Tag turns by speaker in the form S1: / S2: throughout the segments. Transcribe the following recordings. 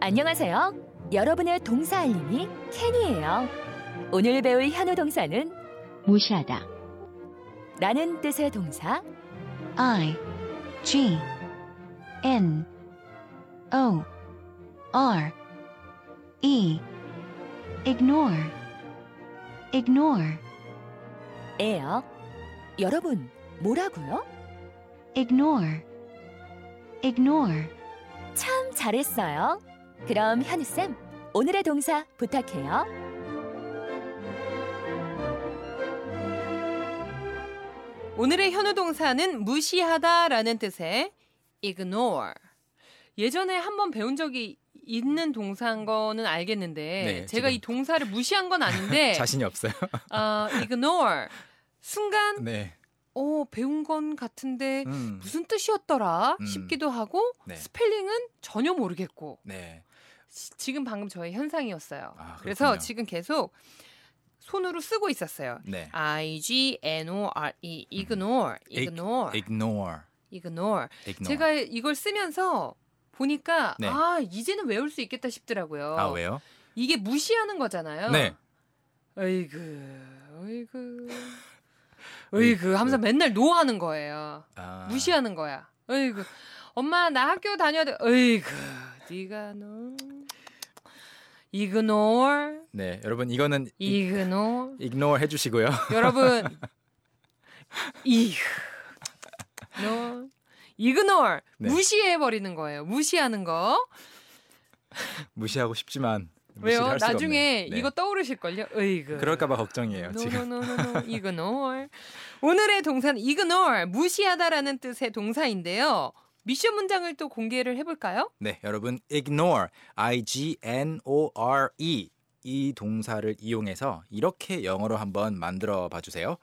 S1: 안녕하세요. 여러분의 동사 알림이 캔이에요. 오늘 배울 현우 동사는
S2: 무시하다.
S1: 라는 뜻의 동사
S2: I G N O R E ignore ignore
S1: 예요. 여러분, 뭐라고요?
S2: ignore ignore
S1: 참 잘했어요. 그럼 현우쌤, 오늘의 동사 부탁해요.
S3: 오늘의 현우 동사는 무시하다라는 뜻의 ignore. 예전에 한번 배운 적이 있는 동사인 거는 알겠는데
S4: 네,
S3: 제가
S4: 지금.
S3: 이 동사를 무시한 건 아닌데
S4: 자신이 없어요.
S3: 어, ignore 순간
S4: 네.
S3: 어 배운 건 같은데
S4: 음.
S3: 그 무슨 뜻이었더라
S4: 음.
S3: 싶기도 하고
S4: 네.
S3: 스펠링은 전혀 모르겠고
S4: 네.
S3: 시- 지금 방금 저의 현상이었어요.
S4: 아,
S3: 그래서
S4: 그렇군요.
S3: 지금 계속 손으로 쓰고 있었어요.
S4: 네.
S3: I G N O R E ignore
S4: ig-
S3: ignore
S4: ignore.
S3: ignore
S4: ignore.
S3: 제가 이걸 쓰면서 보니까
S4: 네.
S3: 아 이제는 외울 수 있겠다 싶더라고요.
S4: 아, 왜요?
S3: 이게 무시하는 거잖아요.
S4: 네.
S3: 어이구, 어이구, 어이구 하면서 맨날 노하는 거예요.
S4: 네. 아.
S3: 무시하는 거야. 어이구, 엄마 나 학교 다녀야 돼. 어이구, 네가 너 이그노얼,
S4: 네, 여러분 이거는 이...
S3: 이그노얼.
S4: ignore 해 주시고요.
S3: 여러분, 이너 이그노얼
S4: 네.
S3: 무시해 버리는 거예요. 무시하는 거.
S4: 무시하고 싶지만 무시를
S3: 왜요?
S4: 할 수가
S3: 나중에 음,
S4: 없네. 네.
S3: 이거 떠오르실 걸요. 으이그.
S4: 그럴까 봐 걱정이에요, 지금.
S3: 노노노노 이그노얼. 오늘의 동사는 이그노얼 무시하다라는 뜻의 동사인데요. 미션 문장을 또 공개를 해볼까요?
S4: 네, 여러분 ignore I G N O R E 이 동사를 이용해서 이렇게 영어로 한번 만들어 봐 주세요.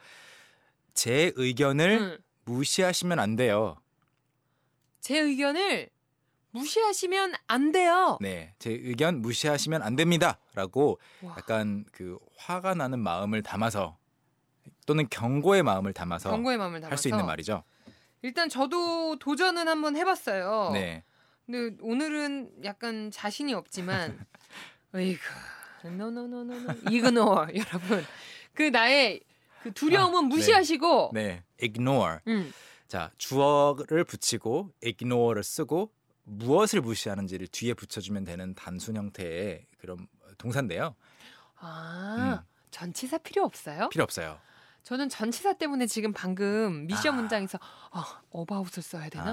S4: 제 의견을
S3: 음.
S4: 무시하시면 안 돼요.
S3: 제 의견을 무시하시면 안 돼요.
S4: 네, 제 의견 무시하시면 안 됩니다라고
S3: 와,
S4: 약간 그 화가 나는 마음을 담아서 또는 경고의 마음을 담아서
S3: 경고의 마음을 담아서
S4: 할 수 있는 말이죠.
S3: 일단 저도 도전은 한번 해봤어요.
S4: 네.
S3: 근데 오늘은 약간 자신이 없지만 어이구 노노노노노 이그노어 여러분 그 나의 그 두려움은
S4: 아, 네.
S3: 무시하시고
S4: 네. ignore.
S3: 음,
S4: 자, 주어를 붙이고 ignore를 쓰고 무엇을 무시하는지를 뒤에 붙여 주면 되는 단순 형태의 그런 동사인데요.
S3: 아
S4: 음.
S3: 전치사 필요 없어요?
S4: 필요 없어요.
S3: 저는 전치사 때문에 지금 방금 미션
S4: 아.
S3: 문장에서 아, about을 써야 되나?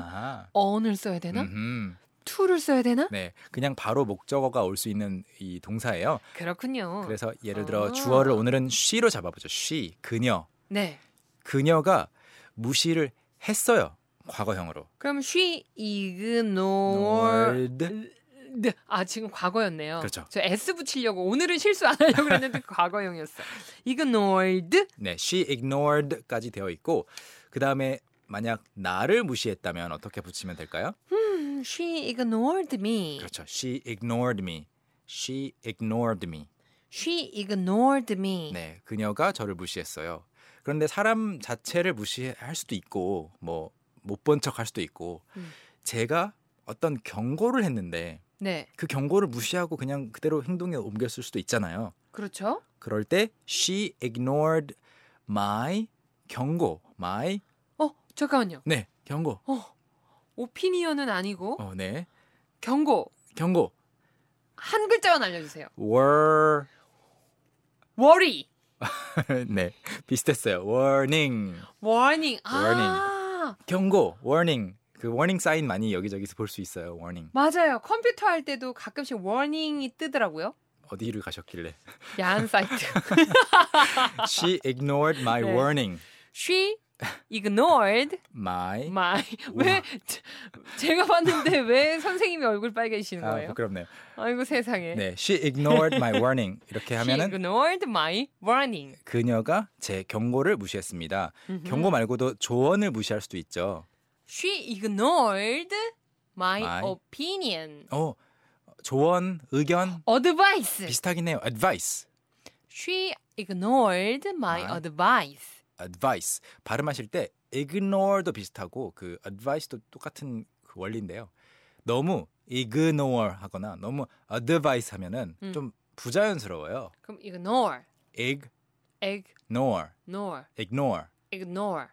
S4: 아하.
S3: on을 써야 되나?
S4: 음흠.
S3: to를 써야 되나?
S4: 네. 그냥 바로 목적어가 올 수 있는 이 동사예요.
S3: 그렇군요.
S4: 그래서 예를 들어
S3: 아.
S4: 주어를 오늘은 she로 잡아 보죠. she. 그녀.
S3: 네.
S4: 그녀가 무시를 했어요. 과거형으로.
S3: 그럼 she ignored 네. 아 지금 과거였네요.
S4: 그렇죠.
S3: 저 S 붙이려고 오늘은 실수 안 하려고 했는데 과거형이었어. ignored
S4: 네, she ignored까지 되어 있고 그 다음에 만약 나를 무시했다면 어떻게 붙이면 될까요?
S3: 음, she ignored me.
S4: 그렇죠. She ignored me. She ignored me.
S3: she ignored me.
S4: 네, 그녀가 저를 무시했어요. 그런데 사람 자체를 무시할 수도 있고 뭐 못 본 척 할 수도 있고
S3: 음.
S4: 제가 어떤 경고를 했는데
S3: 네,
S4: 그 경고를 무시하고 그냥 그대로 행동에 옮겼을 수도 있잖아요.
S3: 그렇죠.
S4: 그럴 때 she ignored my 경고, my
S3: 어 잠깐만요.
S4: 네 경고,
S3: 어 오피니언은 아니고
S4: 어 네
S3: 경고
S4: 경고
S3: 한 글자만 알려주세요.
S4: were
S3: worry
S4: 네 비슷했어요. warning
S3: warning 아
S4: 경고 warning 그 warning 사인 많이 여기저기서 볼 수 있어요. warning
S3: 맞아요. 컴퓨터 할 때도 가끔씩 warning이 뜨더라고요.
S4: 어디를 가셨길래
S3: 야한 사이트.
S4: she ignored my
S3: 네.
S4: warning
S3: she ignored
S4: my
S3: 마이 왜 제- 제가 봤는데 왜 선생님이 얼굴 빨개지시는
S4: 아
S3: 거예요?
S4: 부끄럽네요.
S3: 아이고 세상에.
S4: 네 she ignored my warning 이렇게
S3: She
S4: 하면은
S3: ignored my warning.
S4: 그녀가 제 경고를 무시했습니다.
S3: 음.
S4: 경고 말고도 조언을 무시할 수도 있죠.
S3: She ignored my,
S4: My.
S3: opinion.
S4: 어 조언
S3: 아,
S4: 의견
S3: Advice.
S4: 비슷하긴 해요. advice
S3: She ignored my,
S4: My.
S3: advice.
S4: advice 발음하실 때 ignore도 비슷하고 그 advice도 똑같은 그 원리인데요. 너무 ignore 하거나 너무 advice 하면은
S3: 음.
S4: 좀 부자연스러워요.
S3: 그럼 ignore, ignore,
S4: ignore, ignore,
S3: ignore,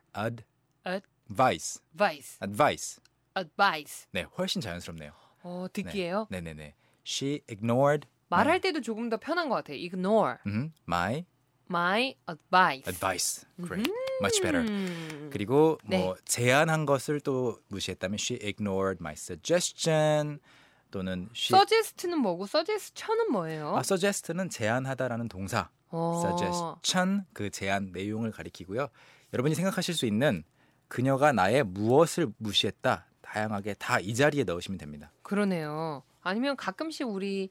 S4: advice,
S3: advice,
S4: advice.
S3: advice.
S4: 네, 훨씬 자연스럽네요.
S3: 어, 듣기예요.
S4: 네, 음. 네, 네. She ignored
S3: 말할 때도 조금 더 편한 것 같아요. ignore
S4: 음, my
S3: my advice.
S4: advice. Great, much better.
S3: 음.
S4: 그리고
S3: 네.
S4: 뭐 제안한 것을 또 무시했다면 she ignored my suggestion 또는 she
S3: suggest는 뭐고 suggestion은 뭐예요?
S4: 아, suggest는 제안하다라는 동사
S3: 어,
S4: suggestion 그 제안 내용을 가리키고요. 여러분이 생각하실 수 있는 그녀가 나의 무엇을 무시했다 다양하게 다 이 자리에 넣으시면 됩니다.
S3: 그러네요. 아니면 가끔씩 우리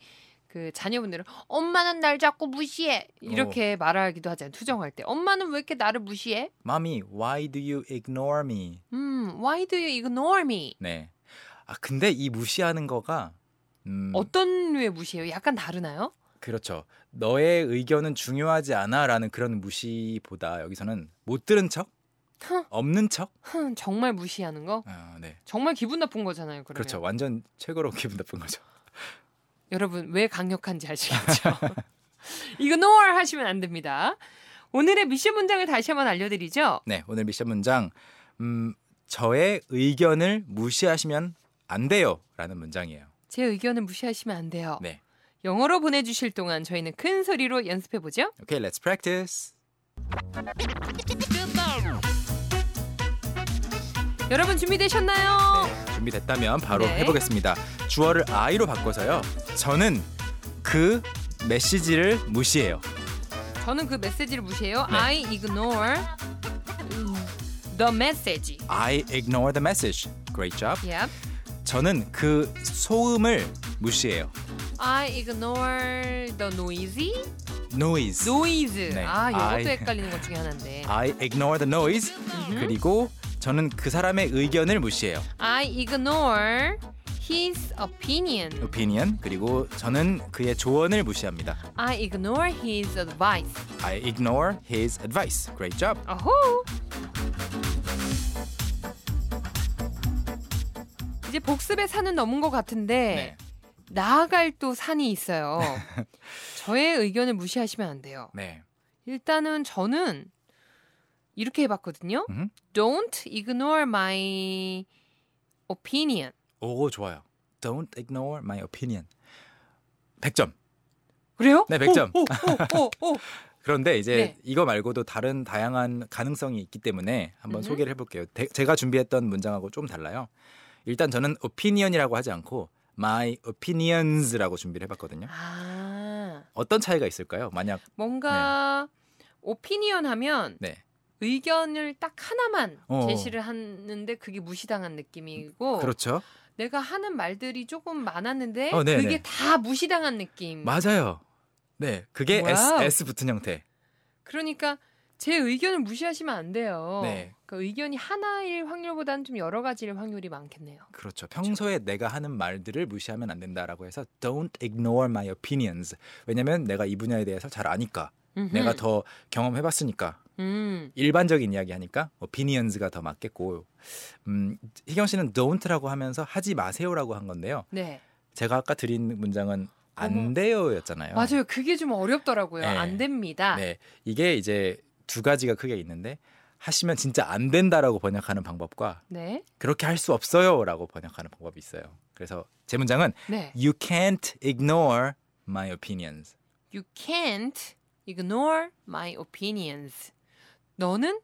S3: 그 자녀분들은 엄마는 날 자꾸 무시해
S4: 어.
S3: 이렇게 말하기도 하잖아요. 투정할 때 엄마는 왜 이렇게 나를 무시해?
S4: Mommy, why do you ignore me?
S3: 음, why do you ignore me?
S4: 네. 아 근데 이 무시하는 거가 음,
S3: 어떤 류의 무시예요? 약간 다르나요?
S4: 그렇죠. 너의 의견은 중요하지 않아라는 그런 무시보다 여기서는 못 들은 척,
S3: 흥.
S4: 없는 척.
S3: 흥, 정말 무시하는 거?
S4: 아, 네.
S3: 정말 기분 나쁜 거잖아요. 그러면.
S4: 그렇죠. 완전 최고로 기분 나쁜 거죠.
S3: 여러분 왜 강력한지 아시겠죠? ignore 하시면 안 됩니다. 오늘의 미션 문장을 다시 한번 알려드리죠.
S4: 네, 오늘 미션 문장 음, 저의 의견을 무시하시면 안 돼요라는 문장이에요.
S3: 제 의견을 무시하시면 안 돼요.
S4: 네.
S3: 영어로 보내주실 동안 저희는 큰 소리로 연습해 보죠.
S4: 오케이, let's practice.
S3: 여러분 준비되셨나요?
S4: 네, 준비됐다면 바로
S3: 네.
S4: 해보겠습니다. 주어를 I로 바꿔서요. 저는 그 메시지를 무시해요.
S3: 저는 그 메시지를 무시해요.
S4: 네.
S3: I ignore the message.
S4: I ignore the message. Great job.
S3: Yep.
S4: 저는 그 소음을 무시해요.
S3: I ignore the noisy
S4: noise.
S3: noise.
S4: 네.
S3: 아, 이것도
S4: I-
S3: 헷갈리는 것 중에 하나인데.
S4: I ignore the noise. 그리고 저는 그 사람의 의견을 무시해요.
S3: I ignore his opinion.
S4: opinion. 그리고 저는 그의 조언을 무시합니다.
S3: I ignore his advice.
S4: I ignore his advice. Great job.
S3: 어호. 이제 복습의 산은 넘은 것 같은데
S4: 네.
S3: 나아갈 또 산이 있어요. 저의 의견을 무시하시면 안 돼요.
S4: 네.
S3: 일단은 저는 이렇게 해봤거든요.
S4: 음.
S3: Don't ignore my opinion.
S4: 오, 좋아요. Don't ignore my opinion. 100점.
S3: 그래요?
S4: 네, 100 점.
S3: 오, 오, 오, 오, 오.
S4: 그런데 이제
S3: 네.
S4: 이거 말고도 다른 다양한 가능성이 있기 때문에 한번
S3: 음흠.
S4: 소개를 해볼게요. 대- 제가 준비했던 문장하고 좀 달라요. 일단 저는 opinion이라고 하지 않고 my opinions라고 준비를 해봤거든요.
S3: 아,
S4: 어떤 차이가 있을까요? 만약
S3: 뭔가 오피니언 하면
S4: 네
S3: 의견을 딱 하나만
S4: 어.
S3: 제시를 하는데 그게 무시당한 느낌이고
S4: 그렇죠.
S3: 내가 하는 말들이 조금 많았는데
S4: 어, 네,
S3: 그게
S4: 네.
S3: 다 무시당한 느낌.
S4: 맞아요. 네, 그게 S,
S3: 와우.
S4: S 붙은 형태.
S3: 그러니까 제 의견을 무시하시면 안 돼요.
S4: 네.
S3: 그 의견이 하나일 확률보다는 좀 여러 가지일 확률이 많겠네요.
S4: 그렇죠. 평소에 내가 하는 말들을 무시하면 안 된다라고 해서 don't ignore my opinions. 왜냐면 내가 이 분야에 대해서 잘 아니까,
S3: 음흠.
S4: 내가 더 경험해봤으니까,
S3: 음.
S4: 일반적인 이야기 하니까 opinions가 더 맞겠고, 음, 희경 씨는 don't라고 하면서 하지 마세요라고 한 건데요.
S3: 네.
S4: 제가 아까 드린 문장은
S3: 어머.
S4: 안 돼요였잖아요.
S3: 맞아요. 그게 좀 어렵더라고요.
S4: 네.
S3: 안 됩니다.
S4: 네, 이게 이제 두 가지가 크게 있는데 하시면 진짜 안 된다라고 번역하는 방법과
S3: 네.
S4: 그렇게 할 수 없어요라고 번역하는 방법이 있어요. 그래서 제 문장은
S3: 네.
S4: You can't ignore my opinions.
S3: You can't ignore my opinions. 너는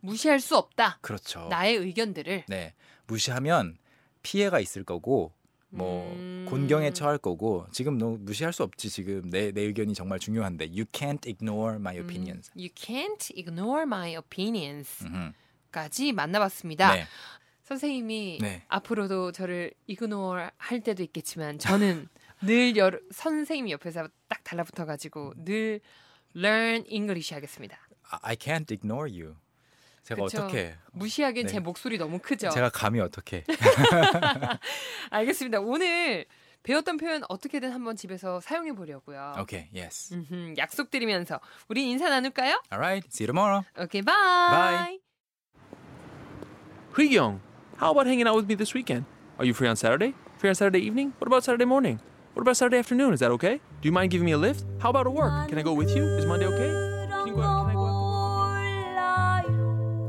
S3: 무시할 수 없다.
S4: 그렇죠.
S3: 나의 의견들을.
S4: 네. 무시하면 피해가 있을 거고 뭐
S3: 음.
S4: 곤경에 처할 거고 지금 너 무시할 수 없지 지금 내 내 의견이 정말 중요한데 You can't ignore my 네, opinions.
S3: 음, you can't ignore my opinions.
S4: 음흠.
S3: 까지 만나봤습니다.
S4: 네.
S3: 선생님이
S4: 네.
S3: 앞으로도 저를 이그노어 할 때도 있겠지만 저는 늘 여러, 선생님 옆에서 딱 달라붙어 가지고 늘 learn English 하겠습니다.
S4: 아, I can't ignore you. 제가
S3: 그쵸.
S4: 어떻게
S3: 무시하기엔
S4: 네.
S3: 제 목소리 너무 크죠.
S4: 제가 감히 어떻게
S3: 알겠습니다. 오늘 배웠던 표현 어떻게든 한번 집에서 사용해 보려고요.
S4: Okay, yes.
S3: 음흠, 약속드리면서 우리 인사 나눌까요?
S4: All right. See you tomorrow.
S3: 오케이 바이.
S4: Bye.
S5: Young, how about hanging out with me this weekend? Are you free on Saturday? Free on Saturday evening? What about Saturday morning? What about Saturday afternoon? Is that okay? Do you mind giving me a lift? How about a work? Can I go with you? Is Monday okay? Can you go out? Can I go out?